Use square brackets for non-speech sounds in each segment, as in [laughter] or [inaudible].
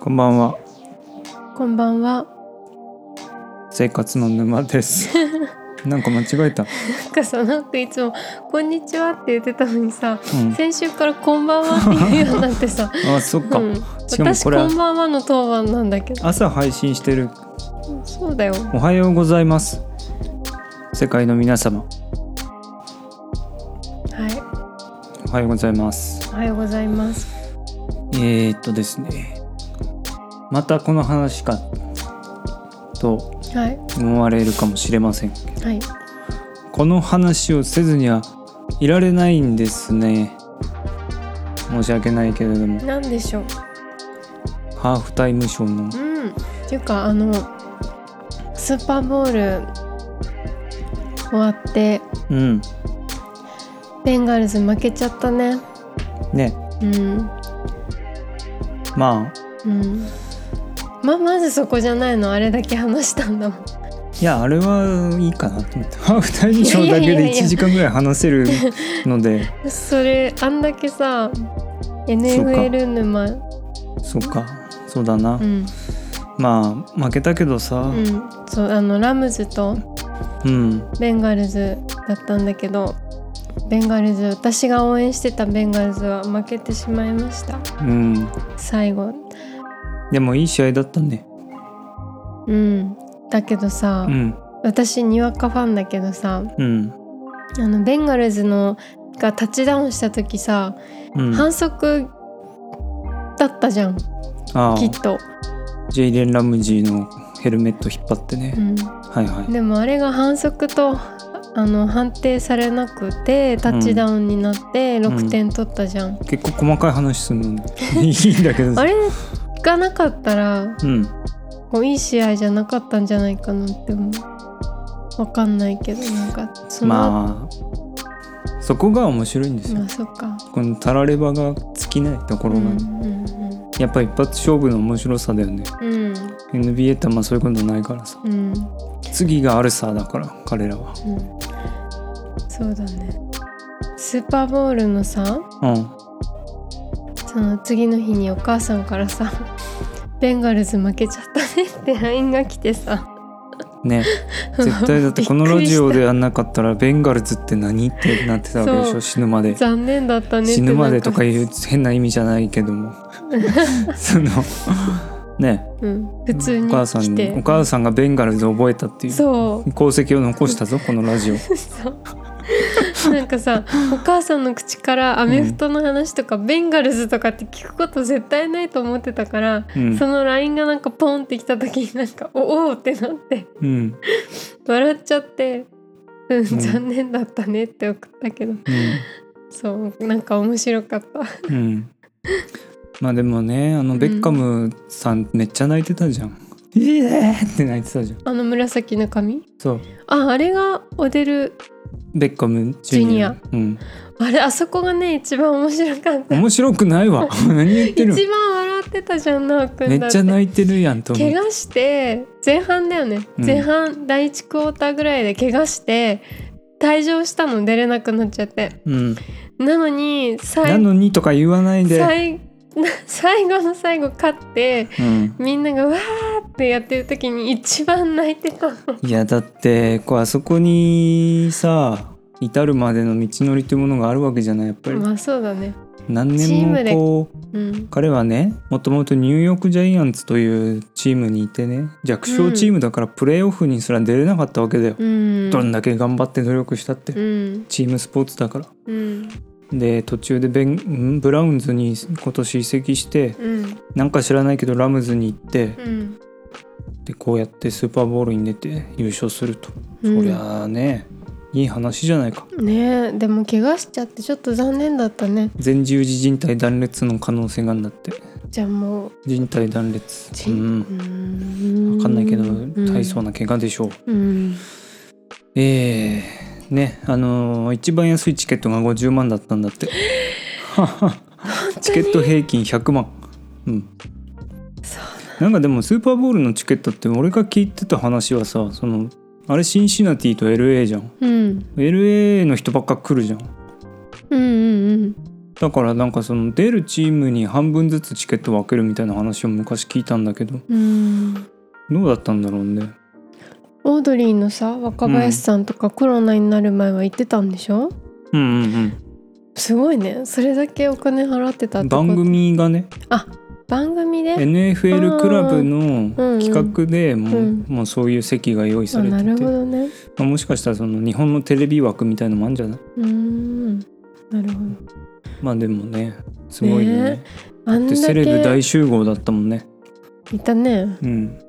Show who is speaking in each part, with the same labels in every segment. Speaker 1: こんばんは
Speaker 2: こんばんは。
Speaker 1: 生活の沼です
Speaker 2: [laughs]
Speaker 1: なんか間違えた、
Speaker 2: なんかさ、なんかいつもこんにちはって言ってたのにさ、
Speaker 1: う
Speaker 2: 先週からこんばんはって言うようになってさ。
Speaker 1: ん、あ [laughs] そっか、
Speaker 2: うん、
Speaker 1: しかも
Speaker 2: 私
Speaker 1: こ
Speaker 2: こ
Speaker 1: れ
Speaker 2: んばんはの当番なんだけど。
Speaker 1: 朝配信してる
Speaker 2: そうだよ。
Speaker 1: おはようございます世界の皆様
Speaker 2: はい。
Speaker 1: おはようございます
Speaker 2: おはようございます。
Speaker 1: えー、っとですねまたこの話かと
Speaker 2: はい。
Speaker 1: 思われるかもしれません
Speaker 2: はい。
Speaker 1: この話をせずにはいられないんですね申し訳ないけれども
Speaker 2: なんでしょう。
Speaker 1: ハーフタイムショーの
Speaker 2: うん。っていうかあのスーパーボール終わって
Speaker 1: うん
Speaker 2: ベンガルズ負けちゃったね。
Speaker 1: ね
Speaker 2: うん。
Speaker 1: まあ
Speaker 2: うん。ままずそこじゃないのあれだけ話したんだもん。
Speaker 1: いやあれはいいかなと思って [laughs] ハーフタイムショーだけで1時間ぐらい話せるので
Speaker 2: それあんだけさ
Speaker 1: そ
Speaker 2: NFL 沼う
Speaker 1: そっかそうだな、
Speaker 2: ん
Speaker 1: まあ負けたけどさ
Speaker 2: うんそうあのラムズと
Speaker 1: うん
Speaker 2: ベンガルズだったんだけどベンガルズ私が応援してたベンガルズは負けてしまいました
Speaker 1: うん、
Speaker 2: 最後
Speaker 1: でもいい試合だったね
Speaker 2: うんだけどさ、
Speaker 1: うん
Speaker 2: 私にわかファンだけどさ
Speaker 1: うん
Speaker 2: あのベンガルズのがタッチダウンした時さ、
Speaker 1: うんあ
Speaker 2: 反則だったじゃん
Speaker 1: あ
Speaker 2: きっと、
Speaker 1: ジェイレン・ラムジーのヘルメット引っ張ってね、
Speaker 2: うん、
Speaker 1: はいはい
Speaker 2: でもあれが反則とあの判定されなくてタッチダウンになって
Speaker 1: うん
Speaker 2: 6点取ったじゃん、
Speaker 1: 結構細かい話するのね
Speaker 2: [laughs]
Speaker 1: いいんだけど
Speaker 2: あ
Speaker 1: さ
Speaker 2: れがなかったら
Speaker 1: うん
Speaker 2: こういい試合じゃなかったんじゃないかなって思うわかんないけどなんかその、ま
Speaker 1: まあそこが面白いんです
Speaker 2: あ、
Speaker 1: よ、
Speaker 2: そっか、
Speaker 1: このタラレバが尽きないとこ
Speaker 2: う
Speaker 1: ろ
Speaker 2: ん
Speaker 1: が、
Speaker 2: うん
Speaker 1: やっぱ一発勝負の面白さだよね
Speaker 2: うん、
Speaker 1: NBA ってあんまそういうことないからさ
Speaker 2: うんうん
Speaker 1: 次がアルサーだから彼らは
Speaker 2: うんそうだねスーパーボールのさ
Speaker 1: う
Speaker 2: その次の日にお母さんからさ「ベンガルズ負けちゃったね」って LINE が来てさ
Speaker 1: ん
Speaker 2: [laughs]
Speaker 1: ね絶対だってこのラジオでやんなかったらベンガルズって何ってなってたわけでし
Speaker 2: そ
Speaker 1: ょ
Speaker 2: う
Speaker 1: 死ぬまで
Speaker 2: 残念だったねって
Speaker 1: 死
Speaker 2: なん
Speaker 1: ぬまでとかいう変な意味じゃないけど
Speaker 2: [laughs]
Speaker 1: もそのね
Speaker 2: うん、普通
Speaker 1: お
Speaker 2: に
Speaker 1: 母さん
Speaker 2: 来
Speaker 1: に
Speaker 2: て
Speaker 1: お母さんがベンガルズを覚えたっていう
Speaker 2: そう [laughs]
Speaker 1: 功績を残したぞこのラジオ
Speaker 2: そうなんかさお母さんの口からアメフトの話とか、ベンガルズとかって聞くこと絶対ないと思ってたから、
Speaker 1: うん
Speaker 2: その LINE がなんかポンってきた時になんか「おお!」ってなって
Speaker 1: うん
Speaker 2: 笑っちゃって「うん、
Speaker 1: ん
Speaker 2: 残念だったね」って送ったけどそうなんか面白かった。
Speaker 1: うん、うん、まあでもねあのベッカムさんめっちゃ泣いてたじゃん「いいね!」って泣いてたじゃん
Speaker 2: あの紫の髪
Speaker 1: そう
Speaker 2: ああれがオデル
Speaker 1: ベッカムジュニアうん
Speaker 2: あれあそこがね一番面白かった
Speaker 1: 面白くない
Speaker 2: [laughs]
Speaker 1: わ何言って
Speaker 2: 一
Speaker 1: る
Speaker 2: 番笑ってたじゃんなおく
Speaker 1: め
Speaker 2: んだ
Speaker 1: っ
Speaker 2: っ
Speaker 1: ち
Speaker 2: て
Speaker 1: ゃ泣いてるやんと思
Speaker 2: 怪
Speaker 1: う
Speaker 2: 我して前半だよね、
Speaker 1: うん
Speaker 2: 前半第1クォーターぐらいで怪我して退場したの出れなくなっちゃって
Speaker 1: うん、
Speaker 2: なのに
Speaker 1: な
Speaker 2: 最
Speaker 1: のにとか言わないで、
Speaker 2: 最 [laughs] 最後の最後勝って
Speaker 1: うん、
Speaker 2: みんながわーってやってる時に一番泣いてたの
Speaker 1: いやだってこうあそこにさ至るまでの道のりというものがあるわけじゃないやっぱり、
Speaker 2: まあそうだね
Speaker 1: 何
Speaker 2: チーム
Speaker 1: 年
Speaker 2: で
Speaker 1: もこう
Speaker 2: うん
Speaker 1: 彼はねもともとニューヨーク・ジャイアンツというチームにいてね弱小チームだからプレーオフにすら出れなかったわけだよ、
Speaker 2: うん
Speaker 1: どんだけ頑張って努力したって、
Speaker 2: うん
Speaker 1: チームスポーツだから
Speaker 2: うん
Speaker 1: で途中でベンんブラウンズに今年移籍して
Speaker 2: うん
Speaker 1: なんか知らないけどラムズに行って、
Speaker 2: うん
Speaker 1: でこうやってスーパーボウルに出て優勝すると、
Speaker 2: うん
Speaker 1: そりゃあねいい話じゃないか
Speaker 2: ねえでも怪我しちゃってちょっと残念だったね
Speaker 1: 前十字靭帯断裂の可能性があるんだって
Speaker 2: じゃあもう
Speaker 1: 靭帯断裂
Speaker 2: ち
Speaker 1: うん
Speaker 2: ん
Speaker 1: 分かんないけど大層
Speaker 2: な
Speaker 1: な怪我でしょう、
Speaker 2: うん
Speaker 1: ええねあのー一番安いチケットが50万だったんだってチケット平均100万うん
Speaker 2: そ
Speaker 1: なんかでもスーパーボウルのチケットって俺が聞いてた話はさそのあれシンシナティと LA じゃん
Speaker 2: うん
Speaker 1: LA の人ばっか来るじゃん
Speaker 2: うんうん
Speaker 1: だからなんかその出るチームに半分ずつチケット分けるみたいな話を昔聞いたんだけど
Speaker 2: うん
Speaker 1: どうだったんだろうね
Speaker 2: オードリーのさ若林さんとかコロナになる前は行ってたんでしょ、
Speaker 1: うんうん
Speaker 2: すごいねそれだけお金払ってたっ
Speaker 1: うん
Speaker 2: てこと
Speaker 1: 番組がね
Speaker 2: 番組で、
Speaker 1: NFL クラブの
Speaker 2: うん
Speaker 1: 企画でもう,、
Speaker 2: うん
Speaker 1: もうそういう席が用意
Speaker 2: あ
Speaker 1: されて
Speaker 2: な
Speaker 1: て
Speaker 2: るほどね
Speaker 1: まあ、もしかしたらその日本のテレビ枠みたいのもあるんじゃないう
Speaker 2: ーんなるほど
Speaker 1: まあでもねすごいよね
Speaker 2: ねあん
Speaker 1: でセ
Speaker 2: だ
Speaker 1: レブ
Speaker 2: け
Speaker 1: 大集合だったもんね
Speaker 2: いたね
Speaker 1: うん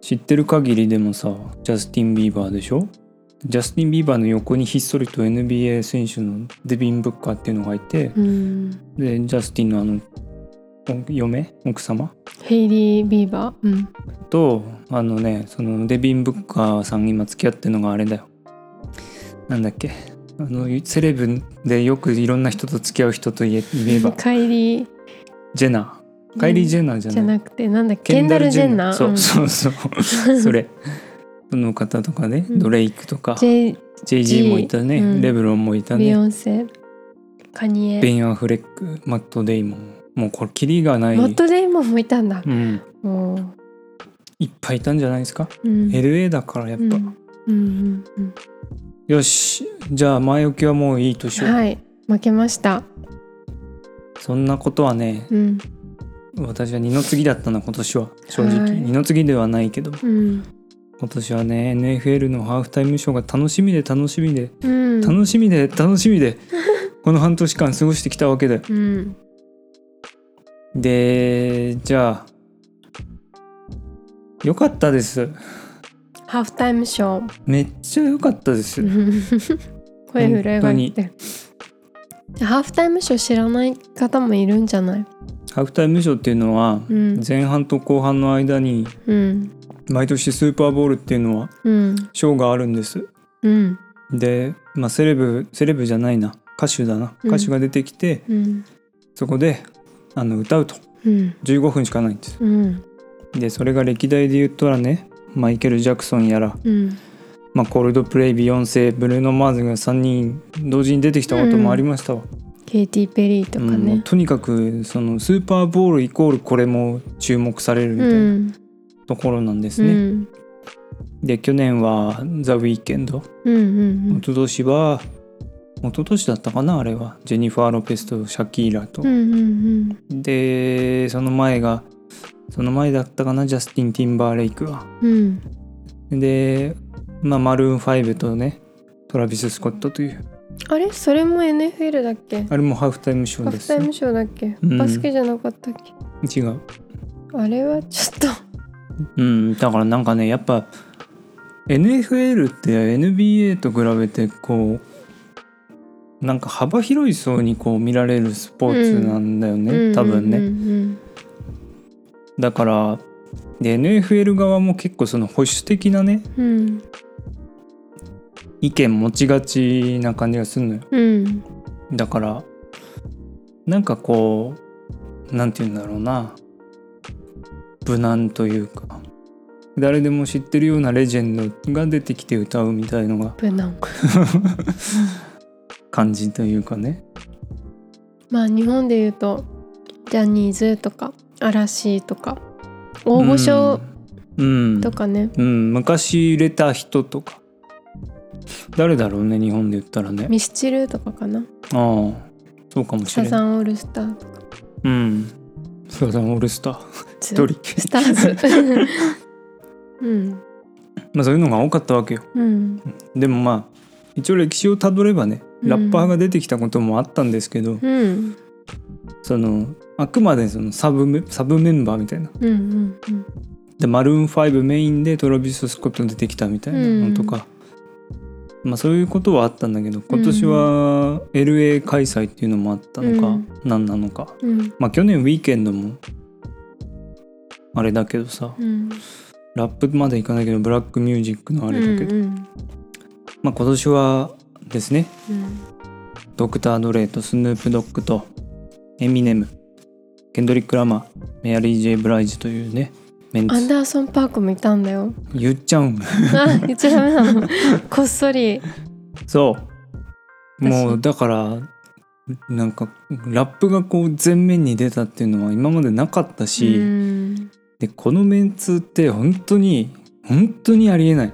Speaker 1: 知ってる限りでもさジャスティン・ビーバーでしょジャスティン・ビーバーの横にひっそりと NBA 選手のデビン・ブッカーっていうのがいて
Speaker 2: うん
Speaker 1: でジャスティンのあのお嫁奥様
Speaker 2: ヘイリー・ビーバーうん
Speaker 1: とあのねそのデビン・ブッカーさん今付き合ってるのがあれだよなんだっけあのセレブでよくいろんな人と付き合う人といえ言えば
Speaker 2: カイリー
Speaker 1: ジェナーカイリー・ジェナーじゃ
Speaker 2: じ
Speaker 1: ない
Speaker 2: ゃなくてなんだっけケンダル・ジェンナー
Speaker 1: そう
Speaker 2: う
Speaker 1: そう
Speaker 2: [laughs]
Speaker 1: そう。それ。その方とかね、
Speaker 2: うん
Speaker 1: ドレイクとか、
Speaker 2: ん、ジェイ
Speaker 1: JG もいたね、
Speaker 2: うん
Speaker 1: レブロンもいた
Speaker 2: ビヨ
Speaker 1: ね、
Speaker 2: ンセカニ
Speaker 1: ベ
Speaker 2: エ
Speaker 1: イン・アフレック、マット・デイモン。もうこれ、キリがない。
Speaker 2: マット・デイモンもいたんだ
Speaker 1: うん、
Speaker 2: も
Speaker 1: いっぱいいたんじゃないですか。
Speaker 2: う、うん、
Speaker 1: LA だからやっぱ。
Speaker 2: うんうんうん
Speaker 1: よし、じゃあ前置きはもういいとし
Speaker 2: うん、
Speaker 1: よう。
Speaker 2: はい負けました
Speaker 1: そんなことはね、
Speaker 2: うん
Speaker 1: 私は二の次だったな、今年は。正
Speaker 2: は
Speaker 1: 直。
Speaker 2: い
Speaker 1: 二の次ではないけど、
Speaker 2: うん
Speaker 1: 今年はね、NFL のハーフタイムショーが楽しみで楽しみで、
Speaker 2: うん
Speaker 1: 楽しみで楽しみで、この半年間過ごしてきたわけだよ。
Speaker 2: うん
Speaker 1: でじゃあ良かったです
Speaker 2: ハーフタイムショー [laughs]
Speaker 1: めっちゃ良かったです、
Speaker 2: 声震えが来てハーフタイムショー知らない方もいるんじゃない
Speaker 1: ハーフタイムショーっていうのは
Speaker 2: うん
Speaker 1: 前半と後半の間に
Speaker 2: うん
Speaker 1: 毎年スーパーボールっていうのは
Speaker 2: うん
Speaker 1: ショーがあるんです
Speaker 2: うん
Speaker 1: で、まあ、セレブセレブじゃないな歌手だな
Speaker 2: うん
Speaker 1: 歌手が出てきて、
Speaker 2: うん
Speaker 1: そこであの歌うと
Speaker 2: うん
Speaker 1: 15分しかないんです
Speaker 2: うん
Speaker 1: でそれが歴代で言ったらねマイケル・ジャクソンやら、
Speaker 2: うん
Speaker 1: まあ、コールドプレイビヨンセブルーノ・マーズが3人同時に出てきたこともありましたわ、
Speaker 2: ケイティ・ペリーとか
Speaker 1: うんもう
Speaker 2: ね
Speaker 1: とにかくそのスーパーボールイコールこれも注目されるみ
Speaker 2: う
Speaker 1: たいなんところなんです
Speaker 2: うんう
Speaker 1: ね。
Speaker 2: ん
Speaker 1: で去年は「ザ・ウィーケンド」
Speaker 2: うん
Speaker 1: 一昨年は一昨年だったかなあれはジェニファー・ロペスとシャキーラと
Speaker 2: うんう、ん
Speaker 1: でその前がその前だったかなジャスティン・ティンバーレイクが。
Speaker 2: うんうん
Speaker 1: で、まあ、マルーン5とねトラビス・スコットという
Speaker 2: あれそれも NFL だっけ
Speaker 1: あれもハーフタイムショー
Speaker 2: ハー
Speaker 1: で
Speaker 2: フ
Speaker 1: す
Speaker 2: タイ
Speaker 1: ね、
Speaker 2: ムショーだっけ
Speaker 1: うん
Speaker 2: バスケじゃなかったっけ
Speaker 1: 違う
Speaker 2: あれはちょっ
Speaker 1: うん、だからなんかねやっぱ NFL って NBA と比べてこうなんか幅広い層にこう見られるスポーツなんだよ
Speaker 2: と
Speaker 1: ね、
Speaker 2: うん
Speaker 1: 多分ね、
Speaker 2: うん
Speaker 1: だからで NFL 側も結構その保守的なね
Speaker 2: うん
Speaker 1: 意見持ちがちな感じがするのよ
Speaker 2: うん
Speaker 1: だからなんかこうなんて言うんだろうな無難というか誰でも知ってるようなレジェンドが出てきて歌うみたいのが
Speaker 2: 無難
Speaker 1: 感じというかね
Speaker 2: まあ日本で言うとジャニーズとか嵐とか大御所
Speaker 1: うん、うん
Speaker 2: とかね、
Speaker 1: うん昔入れた人とか誰だろうね日本で言ったらね
Speaker 2: ミスチルとかかな
Speaker 1: ああそうかもし
Speaker 2: サ
Speaker 1: れな
Speaker 2: ザ
Speaker 1: い
Speaker 2: ンオールスターとか
Speaker 1: うんサザンオールスター
Speaker 2: 一
Speaker 1: 一人
Speaker 2: [laughs] スタ
Speaker 1: [laughs]
Speaker 2: ーズうん
Speaker 1: まあそういうのが多かったわけよ
Speaker 2: うん
Speaker 1: でもまあ一応歴史をたどればね
Speaker 2: うん
Speaker 1: ラッパーが出てきたこともあったんですけど、
Speaker 2: うん
Speaker 1: そのあくまでそのサブメサブメンバーみたいな
Speaker 2: うんうん
Speaker 1: でマルーン5メインでトラビス・スコット出てきたみたいなのとか、まあそういうことはあったんだけど今年は LA 開催っていうのもあったのか、
Speaker 2: うん
Speaker 1: 何なのか
Speaker 2: うんうん
Speaker 1: まあ去年ウィーケンドもあれだけどさ
Speaker 2: うん
Speaker 1: ラップまでいかないけどブラックミュージックのあれだけど、
Speaker 2: うん
Speaker 1: まあ今年はですね
Speaker 2: うん
Speaker 1: ドクター・ドレイとスヌープ・ドッグとエミネムケンドリック・ラマーメアリー・ジェイ・ブライジというねメン
Speaker 2: アン
Speaker 1: ツ
Speaker 2: ダーソン・パークもいたんだよ。
Speaker 1: 言っちゃうん [laughs]
Speaker 2: あ、 [laughs] 言っちゃダメなの。こっそり。
Speaker 1: そう。
Speaker 2: 私
Speaker 1: もうだからなんかラップがこう前面に出たっていうのは今までなかったし、
Speaker 2: うん
Speaker 1: でこのメンツって本当に本当にありえない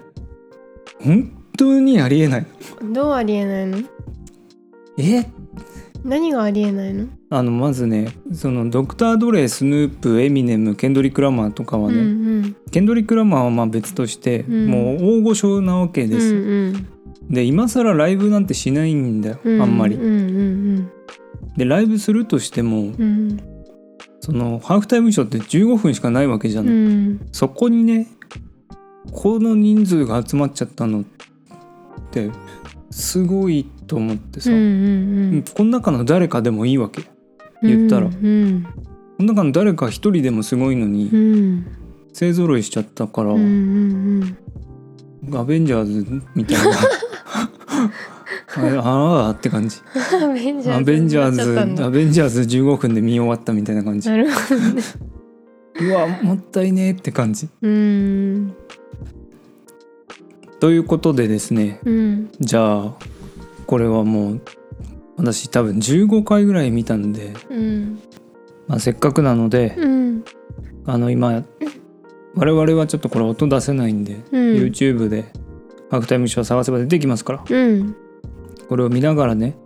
Speaker 1: 本当にありえない
Speaker 2: どうありえないの
Speaker 1: え
Speaker 2: 何がありえないの、
Speaker 1: あのまずねそのドクター・ドレースヌープエミネムケンドリック・ラマーとかは
Speaker 2: うん
Speaker 1: ね、
Speaker 2: うん
Speaker 1: ケンドリック・ラマーはまあ別として、
Speaker 2: うん
Speaker 1: もう大御所なわけ
Speaker 2: うん
Speaker 1: で
Speaker 2: う
Speaker 1: す、
Speaker 2: ん
Speaker 1: で今更ライブなんてしないんだよ、
Speaker 2: うん
Speaker 1: あんまり
Speaker 2: うんうん
Speaker 1: でライブするとしても
Speaker 2: うんうん
Speaker 1: そのハーフタイムショーって15分しかないわけじゃ
Speaker 2: う
Speaker 1: ない、
Speaker 2: ん
Speaker 1: そこにねこの人数が集まっちゃったのってすごいと思ってさ、
Speaker 2: うん
Speaker 1: うんこの中の誰かでもいいわけこ
Speaker 2: う
Speaker 1: 言
Speaker 2: ん
Speaker 1: ったら
Speaker 2: うん
Speaker 1: の中の誰か一人でもすごいの
Speaker 2: う
Speaker 1: に
Speaker 2: ん
Speaker 1: 勢ぞろいしちゃったから、
Speaker 2: うんうんうん
Speaker 1: アベンジャーズみたい
Speaker 2: [laughs]
Speaker 1: なあれあーって感じ
Speaker 2: アベンジャーズ
Speaker 1: アベンジャー
Speaker 2: になっちゃったん
Speaker 1: ズ
Speaker 2: だ
Speaker 1: アベンジャーズ15分で見終わったみたいな感じ
Speaker 2: なるほどね
Speaker 1: うわもったいねーって感じ
Speaker 2: うん
Speaker 1: ということでですね
Speaker 2: うん
Speaker 1: じゃあこれはもう私多分15回ぐらい見たんで、
Speaker 2: うん
Speaker 1: まあ、せっかくなので
Speaker 2: うん
Speaker 1: あの今我々はちょっとこれ音出せないんで、
Speaker 2: うん
Speaker 1: YouTube で「ハーフタイムショー」探せば出てきますから
Speaker 2: うん
Speaker 1: これを見ながらね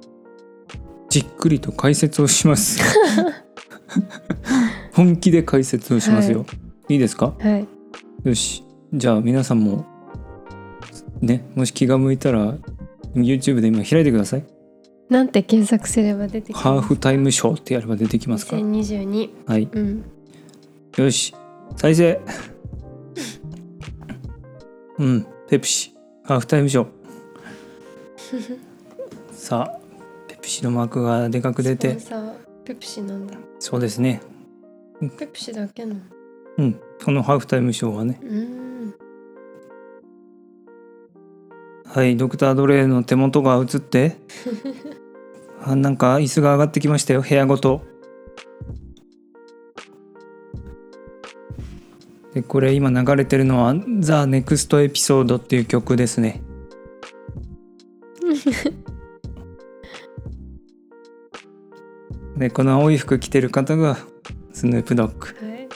Speaker 1: じっくりと解説をします
Speaker 2: [laughs]
Speaker 1: 本気で解説をしますよ、、
Speaker 2: はい
Speaker 1: いですか
Speaker 2: はい
Speaker 1: よしじゃあ皆さんもねもし気が向いたら YouTube で今開いてください
Speaker 2: なんて検索すれば出
Speaker 1: 「
Speaker 2: てき
Speaker 1: ハー
Speaker 2: ます
Speaker 1: フタイムショー」ってやれば出てきますから
Speaker 2: 2022
Speaker 1: はい
Speaker 2: うん
Speaker 1: よし再生 [laughs] うんペプシハーフタイムショーさあペプシのマークがでかく出て
Speaker 2: スポンサーペプシなんだ
Speaker 1: そうですね
Speaker 2: ペプシだけなの
Speaker 1: うんこのハーフタイムショーはね
Speaker 2: うん
Speaker 1: はいドクター・ドレーの手元が映ってあなんか椅子が上がってきましたよ部屋ごとでこれ今流れてるのは「ザ・ネクストエピソードっていう曲ですねでこの青い服着てる方がスヌープ・ドッグ
Speaker 2: はい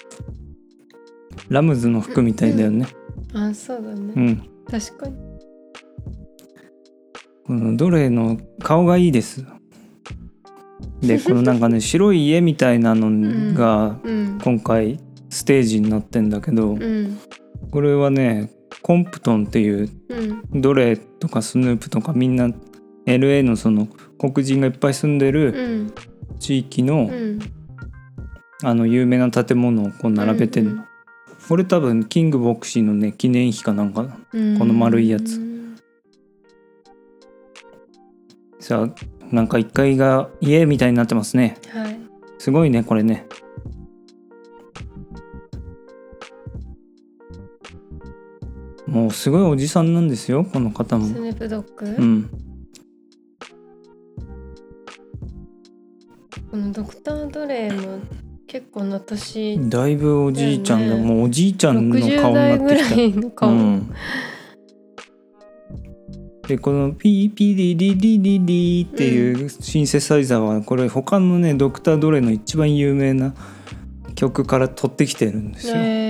Speaker 1: ラムズの服みたいだよね
Speaker 2: あそうだね、
Speaker 1: うん
Speaker 2: 確かに
Speaker 1: このドレの顔がいいです。
Speaker 2: [laughs]
Speaker 1: でこのなんかね白い家みたいなのが
Speaker 2: うん
Speaker 1: 今回ステージになってんだけど
Speaker 2: うん
Speaker 1: これはねコンプトンっていう
Speaker 2: うん
Speaker 1: ドレとかスヌープとかみんな LA のその黒人がいっぱい住んでる
Speaker 2: うん
Speaker 1: 地域の
Speaker 2: うん
Speaker 1: あの有名な建物をこう並べてるの。これ多分キングボクシーのね記念碑かなんかな
Speaker 2: うん
Speaker 1: この丸いやつ
Speaker 2: うん
Speaker 1: さあなんか1階が家みたいになってますね。
Speaker 2: はい
Speaker 1: すごいねこれね。もうすごいおじさんなんですよこの方
Speaker 2: ス
Speaker 1: も。
Speaker 2: ヌープドッグ、
Speaker 1: うん。
Speaker 2: このドクター・ドレイも結構な年
Speaker 1: だいぶおじいちゃんが、
Speaker 2: だよね
Speaker 1: もうおじいちゃんの
Speaker 2: 60
Speaker 1: 顔にな
Speaker 2: 代
Speaker 1: っ
Speaker 2: ぐ
Speaker 1: て
Speaker 2: ら
Speaker 1: き
Speaker 2: いの
Speaker 1: た。
Speaker 2: 顔、
Speaker 1: うん。でこのピーピーリリリリリっていうシンセサイザーはこれ他のねドクター・ドレの一番有名な曲から取ってきてるんですよ。
Speaker 2: へー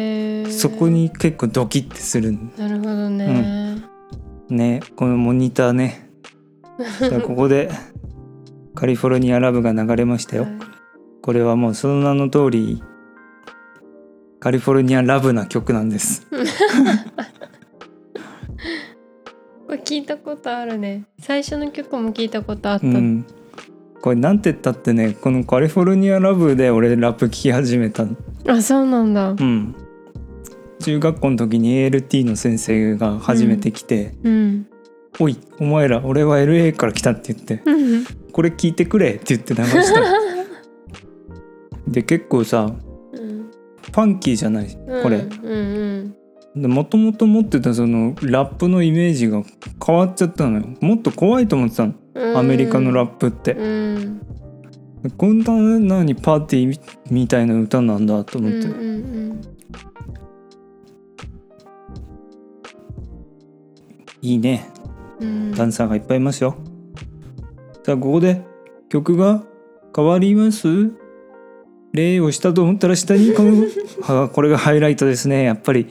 Speaker 1: そこに結構ドキッてするん
Speaker 2: なるほどね、
Speaker 1: ねこのモニター
Speaker 2: [laughs]
Speaker 1: ねじゃあここでカリフォルニアラブが流れましたよ
Speaker 2: はい
Speaker 1: これはもうその名の通りカリフォルニアラブな曲なん
Speaker 2: [laughs]
Speaker 1: です
Speaker 2: これ聞いたことあるね最初の曲も聞いたことあった、
Speaker 1: うんこれなんて言ったってねこのカリフォルニアラブで俺ラップ聴き始めたの
Speaker 2: あそうなんだ
Speaker 1: うん中学校の時に ALT の先生が初めて来て
Speaker 2: うん
Speaker 1: 「おいお前ら俺は LA から来た」って言って
Speaker 2: うん
Speaker 1: 「これ聴いてくれ」って言って流
Speaker 2: [laughs]
Speaker 1: したので結構さ
Speaker 2: うん
Speaker 1: ファンキーじゃないこれ
Speaker 2: う、んうん
Speaker 1: もともと持ってたそのラップのイメージが変わっちゃったのよもっと怖いと思ってたの
Speaker 2: うん
Speaker 1: アメリカのラッ
Speaker 2: ッ
Speaker 1: プって、
Speaker 2: うん
Speaker 1: こんな何パーティーみたいな歌なんだと
Speaker 2: う
Speaker 1: 思
Speaker 2: ん
Speaker 1: って、
Speaker 2: うん
Speaker 1: いいね
Speaker 2: うんうん
Speaker 1: ダンサーがいっぱいいますよ、さあここで曲が変わります例をしたと思ったら下にこの [laughs] はこれがハイライトですねやっぱり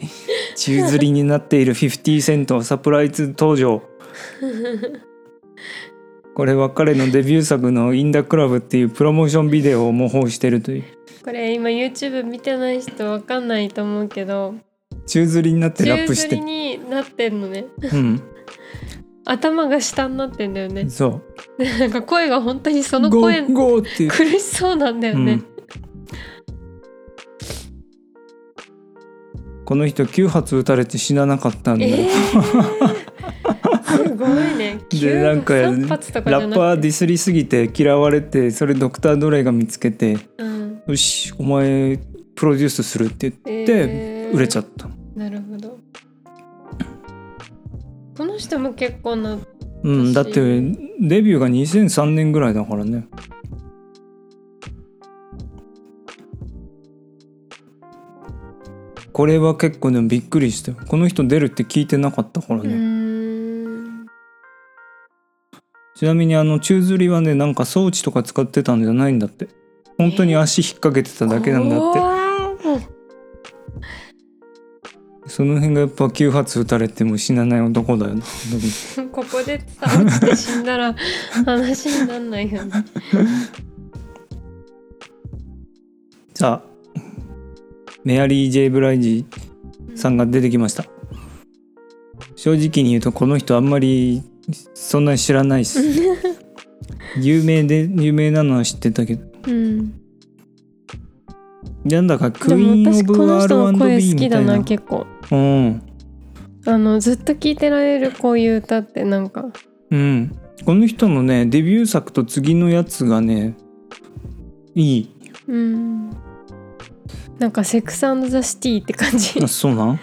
Speaker 1: 宙吊りになっている50セントサプライズ登場これは彼のデビュー作の「インダクラブ」っていうプロモーションビデオを模倣してるという
Speaker 2: これ今 YouTube 見てない人わかんないと思うけど
Speaker 1: 宙吊りになって
Speaker 2: 宙
Speaker 1: ラップし
Speaker 2: 吊
Speaker 1: て
Speaker 2: りになってんのね
Speaker 1: うん
Speaker 2: 頭が下になってんだよね
Speaker 1: そう
Speaker 2: なんか声が本当にその
Speaker 1: ゴ
Speaker 2: 声
Speaker 1: ーゴーっていう
Speaker 2: 苦しそうなんだよね、
Speaker 1: うんこの人9発撃たれて死ななかったんだ、
Speaker 2: えー、すごいね
Speaker 1: で
Speaker 2: 9
Speaker 1: なんかラ
Speaker 2: 3
Speaker 1: ッ
Speaker 2: 発とかじ
Speaker 1: パ
Speaker 2: ゃなく
Speaker 1: ーディスりすぎて嫌われてそれドクター・ドレイが見つけて
Speaker 2: て、うん
Speaker 1: 「よしお前プロデュースする」って言って
Speaker 2: え
Speaker 1: 売れちゃ
Speaker 2: っ
Speaker 1: った、
Speaker 2: たなるほどこの人も結構な
Speaker 1: うん、だってデビューが2003年ぐらいだからねこれは結構でもびっくりしたよこの人出るって聞いてなかったから
Speaker 2: う
Speaker 1: ね、
Speaker 2: ーん
Speaker 1: ちなみにあの宙吊りはねなんか装置とか使ってたんじゃないんだって本当に足引っ掛けてただけなんだって、
Speaker 2: 怖い
Speaker 1: その辺がやっぱ9発撃たれても死なない男だよな
Speaker 2: [laughs] ここでさ落ちて死んだら話になんないよね。
Speaker 1: じゃあメアリー・ジェイ・ブライジさんが出てきました正直に言うとこの人あんまりそんなに知らないっ
Speaker 2: [laughs]
Speaker 1: す有名で有名なのは知ってたけど
Speaker 2: うん。
Speaker 1: なんだかクイ
Speaker 2: でも
Speaker 1: ーン・オ
Speaker 2: 私こ
Speaker 1: ブ・
Speaker 2: の
Speaker 1: ワール
Speaker 2: 人
Speaker 1: ド
Speaker 2: の声
Speaker 1: &B
Speaker 2: 好
Speaker 1: み
Speaker 2: き
Speaker 1: た
Speaker 2: だ
Speaker 1: いな
Speaker 2: な結構。
Speaker 1: うん
Speaker 2: あのずっと聞いてられるこういう歌ってなんか。
Speaker 1: うん、この人のねデビュー作と次のやつがねいい
Speaker 2: うん。なんかセックスザシティって感じ [laughs]
Speaker 1: あ。そうなん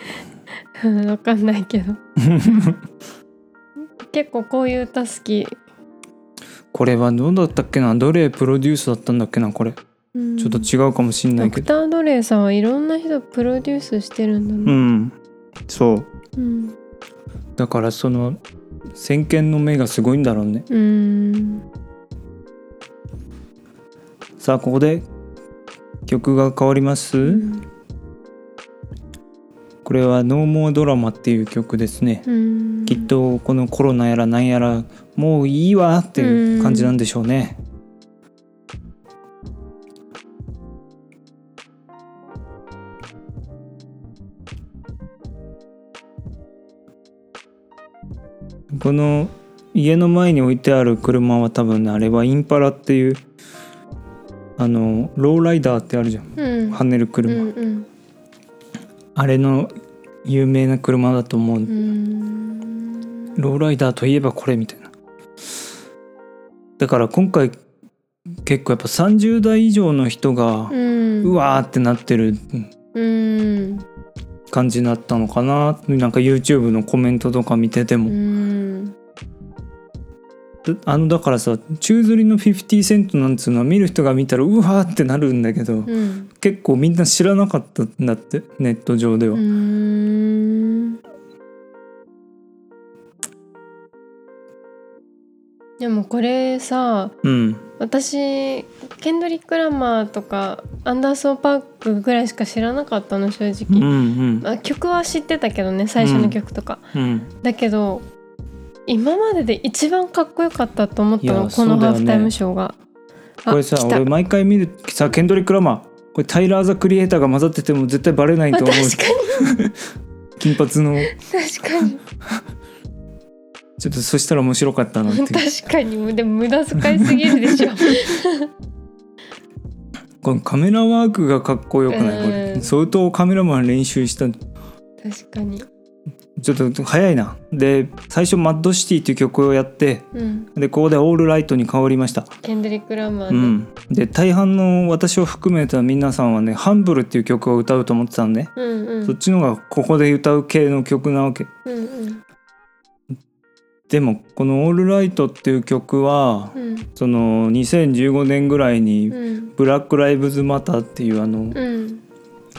Speaker 2: うんわかんない
Speaker 1: [laughs]
Speaker 2: けど。結構こういう歌好き。
Speaker 1: これはどうだったっけなどれプロデュースだったんだっけなこれち
Speaker 2: うん、
Speaker 1: ょっと違うかもしんない
Speaker 2: ド
Speaker 1: け
Speaker 2: ク
Speaker 1: ど
Speaker 2: ター・ドレイさんはいろんな人プロデュースしてるんだ
Speaker 1: う
Speaker 2: ね。
Speaker 1: んそう
Speaker 2: うん。
Speaker 1: だからその先見の目がすごいんだろうね
Speaker 2: うん。
Speaker 1: さあここで曲が変わります、これは「ノーモードラマ」っていう曲ですね、
Speaker 2: うん。
Speaker 1: きっとこのコロナやらなんやらもういいわっていう感じなんでしょうね。この家の前に置いてある車は多分ねあれはインパラっていうあのローライダーってあるじゃん
Speaker 2: うん。
Speaker 1: 跳ねる車、
Speaker 2: うんうん
Speaker 1: あれの有名な車だと思う
Speaker 2: うーん
Speaker 1: ローライダーといえばこれみたいなだから今回結構やっぱ30代以上の人が
Speaker 2: う、ん
Speaker 1: うわーってなってる
Speaker 2: うん
Speaker 1: 感じになったのかななんか YouTube のコメントとか見てて
Speaker 2: う
Speaker 1: も、
Speaker 2: ん
Speaker 1: あのだからさ宙吊りの50セントなんつうのは見る人が見たらうわーってなるんだけど、
Speaker 2: うん
Speaker 1: 結構みんな知らなかったんだってネット上では、
Speaker 2: うんでもこれさ
Speaker 1: うん、
Speaker 2: 私ケンドリック・ラマーとかアンダーソン・パークぐらいしか知らなかったの正
Speaker 1: うんう
Speaker 2: 直、
Speaker 1: ん
Speaker 2: あ曲は知ってたけどね最初の曲とか、
Speaker 1: うん
Speaker 2: だけど今までで一番かっこよかったと思った
Speaker 1: いや
Speaker 2: のこの
Speaker 1: そうだよ
Speaker 2: ハー
Speaker 1: ね
Speaker 2: フタイムショーが。あ
Speaker 1: これさ
Speaker 2: 来た
Speaker 1: 俺毎回見るさケンドリック・ラマーこれタイラー・ザ・クリエイターが混ざってても絶対バレない
Speaker 2: あ
Speaker 1: と
Speaker 2: 確
Speaker 1: 思
Speaker 2: か
Speaker 1: う金髪の
Speaker 2: に確かに
Speaker 1: ちょっとそしたら面白かったなっていう
Speaker 2: 確かにでも無駄遣いすぎるでしょ
Speaker 1: このカメラワークがかっこよくないこ
Speaker 2: う
Speaker 1: れ
Speaker 2: ん
Speaker 1: 相当カメラマン練習した
Speaker 2: 確かに
Speaker 1: ちょっと早いなで最初「マッドシティ」っていう曲をやって
Speaker 2: うん
Speaker 1: でここで「オールライト」に変わりました
Speaker 2: ケンドリック・ラマー
Speaker 1: う
Speaker 2: で、
Speaker 1: んで大半の私を含めた皆さんはね「ハンブル」っていう曲を歌うと思ってたんで、ね
Speaker 2: うんうん
Speaker 1: そっちの方がここで歌う系の曲なわけ
Speaker 2: うんうん
Speaker 1: でもこの「オールライト」っていう曲は
Speaker 2: うん
Speaker 1: その2015年ぐらいに
Speaker 2: うん
Speaker 1: ブラック・ライブズ・マターっていうあの
Speaker 2: うん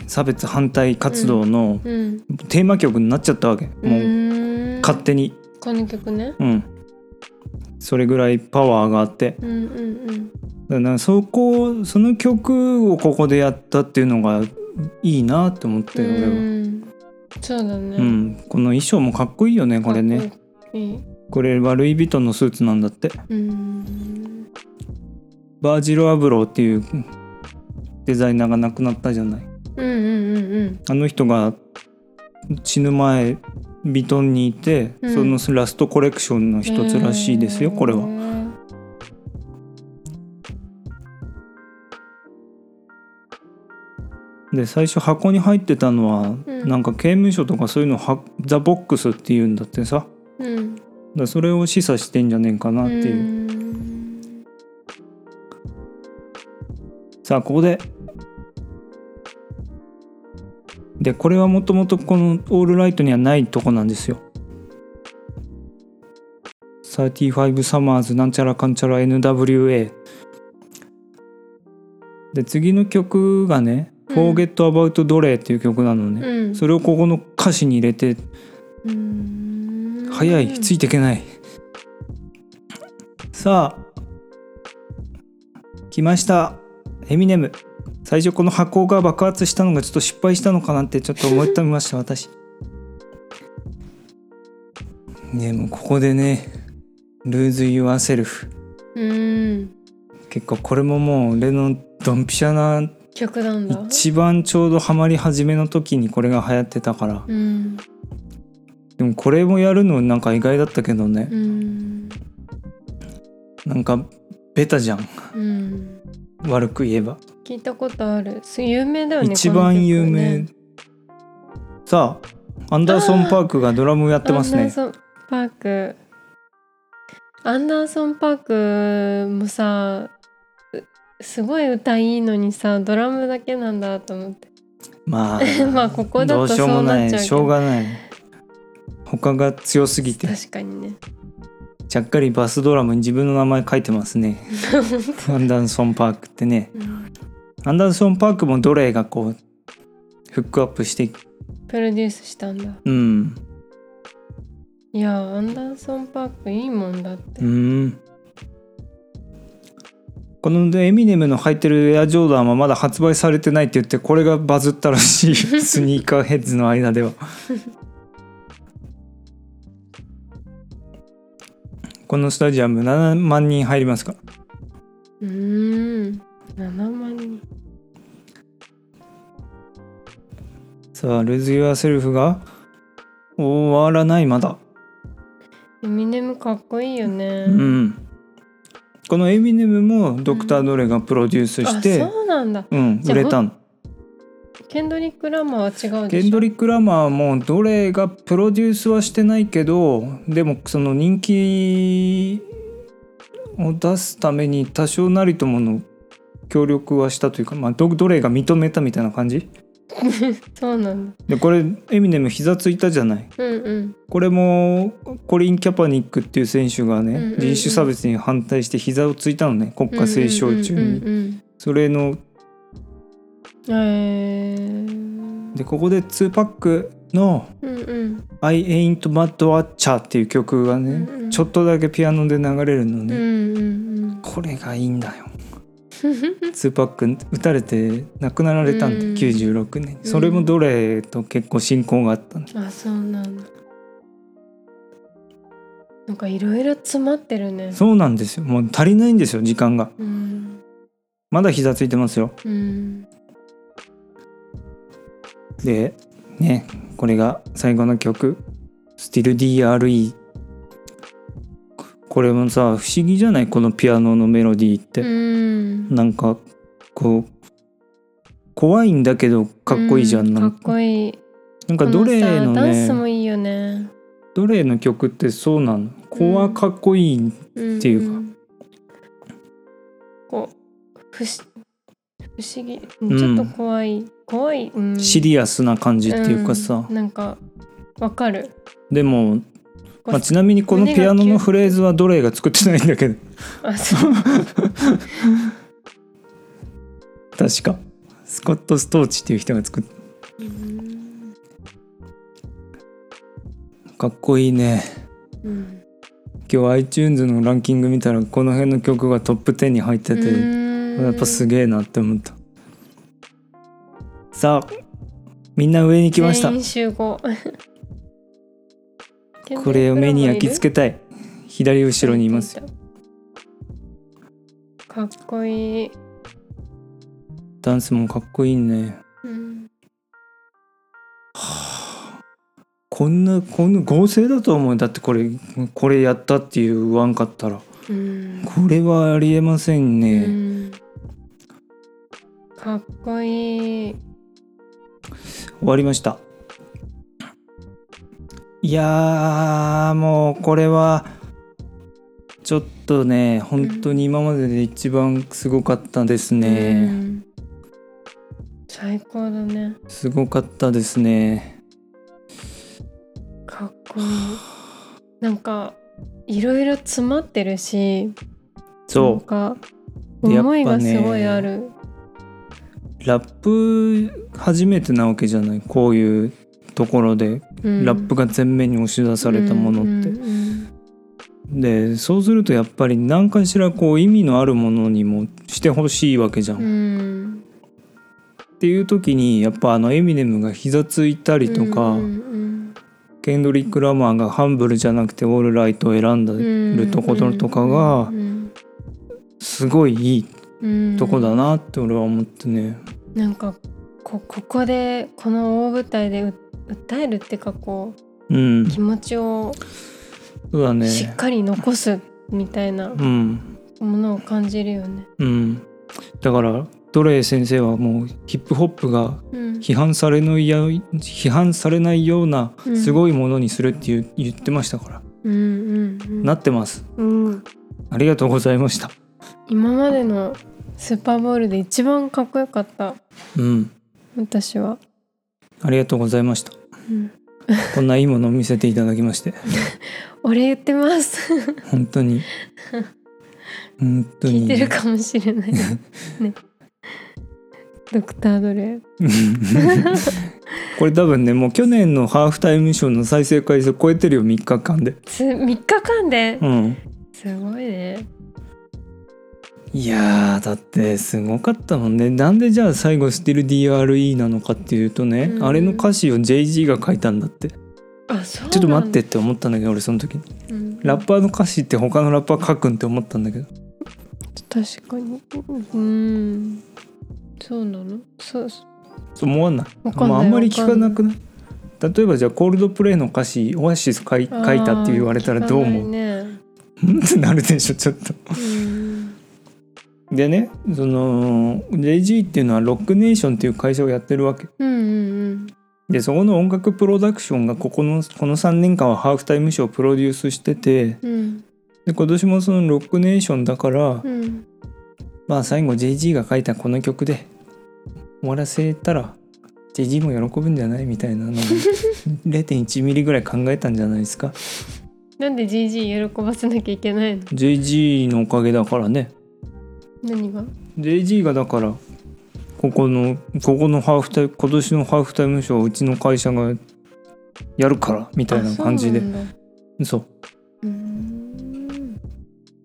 Speaker 1: 差別反対活動の
Speaker 2: うん
Speaker 1: テーマ曲になっちゃったわけ、
Speaker 2: う
Speaker 1: もう
Speaker 2: ーん
Speaker 1: 勝手に
Speaker 2: この曲ね
Speaker 1: うんそれぐらいパワーがあって
Speaker 2: うんうんうん
Speaker 1: だからそこその曲をここでやったっていうのがいいなって思って俺は、
Speaker 2: うんそうだね、
Speaker 1: うん、この衣装もかっこいいよねこれね
Speaker 2: かっこいい
Speaker 1: これはルイ・ヴィトンのスーツなんだって
Speaker 2: うん
Speaker 1: バージル・アブローっていうデザイナーが亡くなったじゃない
Speaker 2: うんうんうんうん
Speaker 1: あの人が死ぬ前ヴィトンにいて、
Speaker 2: うん
Speaker 1: そのラストコレクションの一つらしいですよこれは。で最初箱に入ってたのは、
Speaker 2: うん
Speaker 1: なんか刑務所とかそういうのはザ・ボックスっていうんだってさだか
Speaker 2: うん
Speaker 1: らそれを示唆してんじゃねえかなっていう。
Speaker 2: うん
Speaker 1: さあここででこれはもともとこの「オールライト」にはないとこなんですよ。35サマーズなんちゃらかんちゃら NWA で次の曲がね「
Speaker 2: うん
Speaker 1: Forget About Dre」っていう曲なのね、
Speaker 2: うん
Speaker 1: それをここの歌詞に入れて
Speaker 2: うん
Speaker 1: 早いついていけないさあ来ましたエミネム最初この箱が爆発したのがちょっと失敗したのかなってちょっと思ってみました私でもうここでね「Lose Yourself
Speaker 2: うん」
Speaker 1: 結構これももう俺のドンピシャな
Speaker 2: 曲なんだ
Speaker 1: 一番ちょうどハマり始めの時にこれが流行ってたから
Speaker 2: うん
Speaker 1: でもこれもやるのなんか意外だったけどね
Speaker 2: うん
Speaker 1: なんかベタじゃん
Speaker 2: うん
Speaker 1: 悪く言えば、
Speaker 2: 聞いたことあるす有名だよね
Speaker 1: 一番有
Speaker 2: この曲
Speaker 1: 名、
Speaker 2: ね
Speaker 1: さあアンダーソン・パークがドラムやってます
Speaker 2: アンダー
Speaker 1: ね
Speaker 2: ソンパークアンダーソン・パークもさうすごい歌いいのにさドラムだけなんだと思って [laughs]
Speaker 1: まあ
Speaker 2: まあここだ
Speaker 1: ど
Speaker 2: と
Speaker 1: うしよう
Speaker 2: そ
Speaker 1: も
Speaker 2: う
Speaker 1: な
Speaker 2: な
Speaker 1: い
Speaker 2: っちゃうけど
Speaker 1: しょうがない他が強すぎて
Speaker 2: 確かにね
Speaker 1: ちゃっかりバスドラムに自分の名前書いてます
Speaker 2: [laughs]
Speaker 1: ねアンダーソン・パークってね
Speaker 2: うん
Speaker 1: アンダーソン・パークもドレーがこうフックアップして
Speaker 2: プロデュースしたんだ
Speaker 1: うん
Speaker 2: いやアンダーソン・パークいいもんだって
Speaker 1: うんこのエミネムの履いてるエアジョーダンはまだ発売されてないって言ってこれがバズったらしいスニーカーヘッズの間で
Speaker 2: [laughs]
Speaker 1: はこのスタジアム7万人入りますから
Speaker 2: うーん7万人
Speaker 1: さあルズ・ユア・セルフが終わらないまだ
Speaker 2: エミネムかっこいいよね、
Speaker 1: うんこのエミネムもドクター・ドレがプロデュースして、
Speaker 2: あそうなんだ
Speaker 1: うん、
Speaker 2: じゃ
Speaker 1: 売
Speaker 2: あ
Speaker 1: れたの
Speaker 2: ケンドリック・ラマーは違うで
Speaker 1: ケ
Speaker 2: しょ
Speaker 1: ンドリック・ラマーもどれがプロデュースはしてないけどでもその人気を出すために多少なりともの協力はしたというか、まあ、どどれが認めたみたいな感じ
Speaker 2: そうなんだ
Speaker 1: でこれエミネム膝ついたじゃない
Speaker 2: うんうん
Speaker 1: これもコリン・キャパニックっていう選手がね、
Speaker 2: うんうんうん
Speaker 1: 人種差別に反対して膝をついたのね国家斉唱中に、
Speaker 2: うんうんうんうん
Speaker 1: それの
Speaker 2: えー、
Speaker 1: でここで2パックの
Speaker 2: うんうん
Speaker 1: 「I ain't mad watcher」っていう曲がね、
Speaker 2: うんうん
Speaker 1: ちょっとだけピアノで流れるの
Speaker 2: うん
Speaker 1: ね、
Speaker 2: うん
Speaker 1: これがいいんだよツーパック撃たれて亡くなられたんで、
Speaker 2: うん
Speaker 1: 96年
Speaker 2: うん
Speaker 1: それもどれと結構親交があったんで
Speaker 2: うんあ [laughs] そうなんだなんかいろいろ詰まってるね
Speaker 1: そうなんですよもう足りないんですよ時間が
Speaker 2: うん
Speaker 1: まだ膝ついてますよ
Speaker 2: うん
Speaker 1: でねこれが最後の曲「StillDRE」これもさ不思議じゃないこのピアノのメロディーって、
Speaker 2: うん
Speaker 1: なんかこう怖いんだけどかっこいいじゃん、
Speaker 2: うか
Speaker 1: なん
Speaker 2: っこいい
Speaker 1: なんかどれ
Speaker 2: こ
Speaker 1: の
Speaker 2: さダンス
Speaker 1: ね
Speaker 2: もいいよね
Speaker 1: どれの曲ってそうなの怖かっこいい、
Speaker 2: って
Speaker 1: いうか
Speaker 2: こう不思不思議
Speaker 1: ん
Speaker 2: ちょっと怖い、怖い、うん、
Speaker 1: シリアスな感じっていうかさ、
Speaker 2: うんなんかわかる
Speaker 1: でも、
Speaker 2: こう
Speaker 1: まあ、ちなみにこのピアノ
Speaker 2: 胸
Speaker 1: の
Speaker 2: がキュン
Speaker 1: フレーズはどれが作ってないんだけど [laughs]
Speaker 2: あそう
Speaker 1: 確かスコット・ストーチっていう人が作っ
Speaker 2: うん
Speaker 1: たかっこいいね
Speaker 2: うん
Speaker 1: 今日 iTunes のランキング見たらこの辺の曲がトップ10に入ってて、や
Speaker 2: や
Speaker 1: っぱすげえなって思ったさあみんな上に来ました
Speaker 2: 全員集合
Speaker 1: [laughs] これを目に焼き付けたい左後ろにいますよ
Speaker 2: よかっこいい、
Speaker 1: ダンスもかっこいいね
Speaker 2: うん、
Speaker 1: こんなこんな合成だと思うだってこれこれやったっていう言わんかったら
Speaker 2: うん
Speaker 1: これはありえません
Speaker 2: う
Speaker 1: ね、
Speaker 2: んかっこいい
Speaker 1: 終わりましたいやーもうこれはちょっとね本当に今までで一番すごかったです
Speaker 2: う
Speaker 1: ね、
Speaker 2: ん最高だね
Speaker 1: すごかったですね
Speaker 2: かっこいいなんかいろいろ詰まってるしなん
Speaker 1: そ
Speaker 2: か
Speaker 1: でやっぱね
Speaker 2: 思いがすごいある、
Speaker 1: うラップ初めてなわけじゃないこういうところで
Speaker 2: うん
Speaker 1: ラップが前面に押し出されたものって、
Speaker 2: うんうん
Speaker 1: でそうするとやっぱり何かしらこう意味のあるものにもしてほしいわけじゃん、
Speaker 2: うんうん
Speaker 1: っていう時にやっぱあのエミネムが膝ついたりとか、
Speaker 2: うん
Speaker 1: ケンドリック・ラマーがハンブルじゃなくてオールライトを選んだ
Speaker 2: うんうん
Speaker 1: るとこととかが
Speaker 2: うん
Speaker 1: すごいいい
Speaker 2: うん
Speaker 1: とこだなって俺は思ってね、
Speaker 2: なんかこここでこの大舞台でう訴えるっていうかこ
Speaker 1: うん
Speaker 2: う気持ちを
Speaker 1: そうだね
Speaker 2: しっかり残すみたいな
Speaker 1: うん
Speaker 2: ものを感じるよね。
Speaker 1: うんだからドレイ先生はもうヒップホップが
Speaker 2: うん
Speaker 1: 批判されのいや批判されないような
Speaker 2: うん
Speaker 1: すごいものにするっていう言ってましたから、
Speaker 2: うんうん
Speaker 1: なってます
Speaker 2: うんうん、
Speaker 1: ありがとうございました
Speaker 2: 今までのスーパーボールで一番かっこよかった
Speaker 1: うん
Speaker 2: 私は。
Speaker 1: ありがとうございました
Speaker 2: うん
Speaker 1: こんないいものを見せていただきまして
Speaker 2: 俺言ってます。
Speaker 1: 本当
Speaker 2: [laughs]
Speaker 1: に本当に
Speaker 2: 聞いてるかもし
Speaker 1: [laughs]
Speaker 2: れない。ね。ドクタードレ。
Speaker 1: [laughs] これ多分ねもう去年のハーフタイムショーの再生回数超えてるよ3日間で
Speaker 2: つ3日間で
Speaker 1: うん
Speaker 2: すごいね。
Speaker 1: いやーだってすごかったもんねなんでじゃあ最後「StillDRE」なのかっていうとね、
Speaker 2: うん
Speaker 1: あれの歌詞を JG が書いたんだって
Speaker 2: あ、そうなんだ
Speaker 1: ちょっと待ってっ。て思ったんだけど俺その時に
Speaker 2: うん
Speaker 1: ラッパーの歌詞って他のラッパー書くんって思ったんだけど
Speaker 2: 確かに。うん。そうなの。そう。
Speaker 1: そう思わない
Speaker 2: わかんない
Speaker 1: まあ、あんまり聞かなくない例えばじゃあコールドプレイの歌詞オアシス書い書いたって言われたらどう思
Speaker 2: あー聞か
Speaker 1: う
Speaker 2: ないね
Speaker 1: うんってなるでしょちょっと
Speaker 2: うん
Speaker 1: でねその JG っていうのはロックネーションっていう会社をやってるわけ
Speaker 2: うんうん
Speaker 1: でそこの音楽プロダクションがここのこの3年間はハーフタイムショーをプロデュースしてて
Speaker 2: うんうん
Speaker 1: で今年もそのロックネーションだから、
Speaker 2: うん
Speaker 1: まあ最後 JG が書いたこの曲で終わらせたら JG も喜ぶんじゃないみたいなのを
Speaker 2: [laughs]
Speaker 1: 0.1ミリぐらい考えたんじゃないですか
Speaker 2: なんで GG 喜ばせなきゃいけないの
Speaker 1: JG のおかげだからね
Speaker 2: 何が
Speaker 1: JG がだからここのここのハーフタイム今年のハーフタイムショーはうちの会社がやるからみたいな感じで
Speaker 2: あそうなんだ
Speaker 1: そう
Speaker 2: うん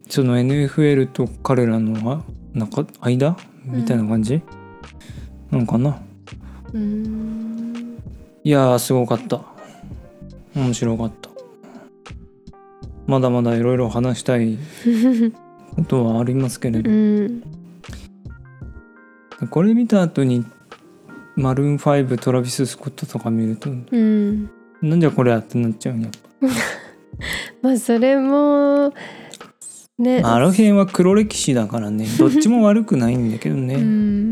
Speaker 1: その NFL と彼らのあなんか間みたいな感じ、なんかな
Speaker 2: うん
Speaker 1: いやーすごかった面白かったまだまだいろいろ話したいことはありますけれ
Speaker 2: う
Speaker 1: ど、
Speaker 2: ん
Speaker 1: これ見た後にマルーン5トラビス・スコットとか見ると
Speaker 2: うん
Speaker 1: なんじゃこれやってなっちゃうんや
Speaker 2: まあそれもね
Speaker 1: あの辺は黒歴史だからねどっちも悪くないんだけどね、
Speaker 2: うん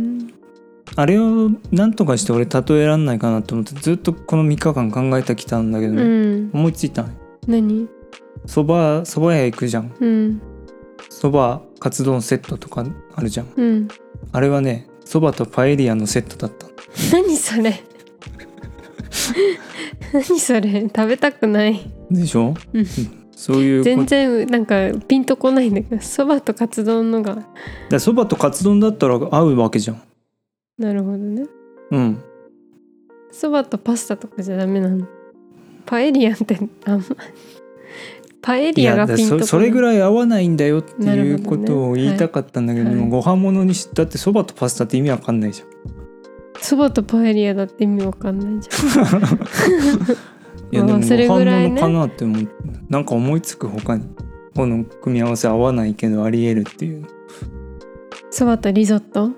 Speaker 1: あれをなんとかして俺例えらんないかなと思ってずっとこの3日間考えてきたんだけど
Speaker 2: う
Speaker 1: ね、
Speaker 2: ん
Speaker 1: 思いついたの
Speaker 2: 何
Speaker 1: そばそば屋行くじゃん
Speaker 2: うん
Speaker 1: そばカツ丼セットとかあるじゃん
Speaker 2: うん
Speaker 1: あれはねそばとパエリアのセットだった
Speaker 2: 何それ [laughs] 何それ食べたくない
Speaker 1: でしょ、
Speaker 2: うん
Speaker 1: そういうこ
Speaker 2: 全
Speaker 1: と
Speaker 2: 然なんかピンとこないんだけどそばとカツ丼のが
Speaker 1: だそばとカツ丼だったら合うわけじゃん
Speaker 2: なるほどね
Speaker 1: うん
Speaker 2: そばとパスタとかじゃダメなのパエリアってあんまパエリアが
Speaker 1: だ
Speaker 2: ピンとこ
Speaker 1: そ
Speaker 2: ない
Speaker 1: それぐらい合わないんだよっていうことを言いたかったんだけど
Speaker 2: なるほどね
Speaker 1: ご飯物にしだってそばとパスタって意味わかんないじゃん。
Speaker 2: そばとパエリアだって意味わかんないじゃん
Speaker 1: いやでも
Speaker 2: まあ
Speaker 1: ご
Speaker 2: それぐら
Speaker 1: 飯
Speaker 2: い
Speaker 1: 物
Speaker 2: ね
Speaker 1: かなって思う、なんか思いつく他にこの組み合わせ合わないけどありえるっていう
Speaker 2: そばとリゾット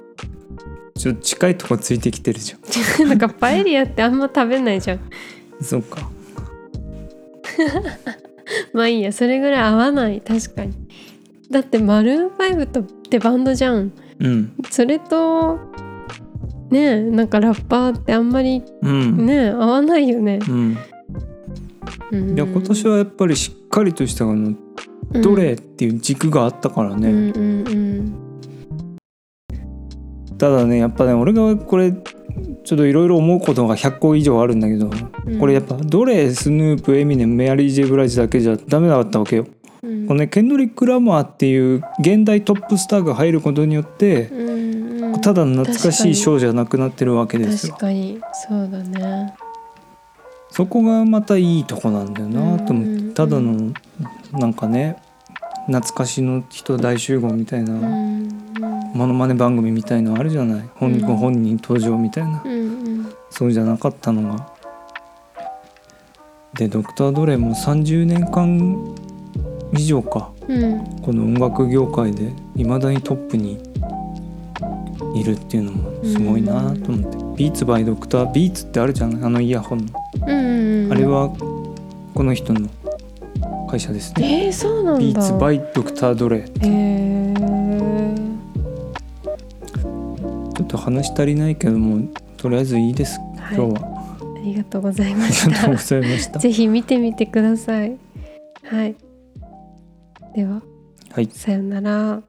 Speaker 2: [laughs]
Speaker 1: ちょっと近いとこついてきてるじゃん。
Speaker 2: なんかパエリアってあんま食べないじゃん
Speaker 1: そっか
Speaker 2: まあいいやそれぐらい合わない確かにだってマルーン5とってバンドじゃん
Speaker 1: うん
Speaker 2: それとねえなんかラッパーってあんまり
Speaker 1: うん、
Speaker 2: ねえ合わないよね、
Speaker 1: うん、
Speaker 2: うん
Speaker 1: いや今年はやっぱりしっかりとしたあのどれっていう軸があったから
Speaker 2: う
Speaker 1: ね、
Speaker 2: んうんうん
Speaker 1: ただねやっぱね俺がこれちょっといろいろ思うことが100個以上あるんだけど、
Speaker 2: うん
Speaker 1: これやっぱどれスヌープエミネムメアリー・ジェブライジだけじゃダメだったわけよ。
Speaker 2: うん
Speaker 1: このねケンドリック・ラマーっていう現代トップスターが入ることによって
Speaker 2: うんうん
Speaker 1: ただの懐かしいショーじゃなくなってるわけですよ
Speaker 2: 確。かにそうだね
Speaker 1: そこがまたいいとこなんだよなと思
Speaker 2: うん
Speaker 1: っ
Speaker 2: うんう
Speaker 1: て
Speaker 2: ん
Speaker 1: ただのなんかね懐かしの人大集合みたい
Speaker 2: うん
Speaker 1: なモノマネ番組みたいのあるじゃない本
Speaker 2: うん
Speaker 1: ご本人登場みたいな
Speaker 2: うんうん
Speaker 1: そうじゃなかったのが。で「ドクター・ドレ」も30年間以上か
Speaker 2: うん
Speaker 1: この音楽業界でいまだにトップにいるっていうのもすごいなと思って、ビーツ・バイ・ドクター・ビーツってあるじゃないあのイヤホンの、
Speaker 2: うんうん
Speaker 1: あれはこの人の会社ですね
Speaker 2: えー、そうなんだ
Speaker 1: ビーツ・バイ・ドクター・ドレ
Speaker 2: へー
Speaker 1: ちょっと話足りないけどもとりあえずいいです
Speaker 2: はい、
Speaker 1: 今日は、
Speaker 2: ありがとうございま
Speaker 1: ありがとうご
Speaker 2: し
Speaker 1: ざいました
Speaker 2: たぜひ見てみてくださいはいでは
Speaker 1: はい
Speaker 2: さよなら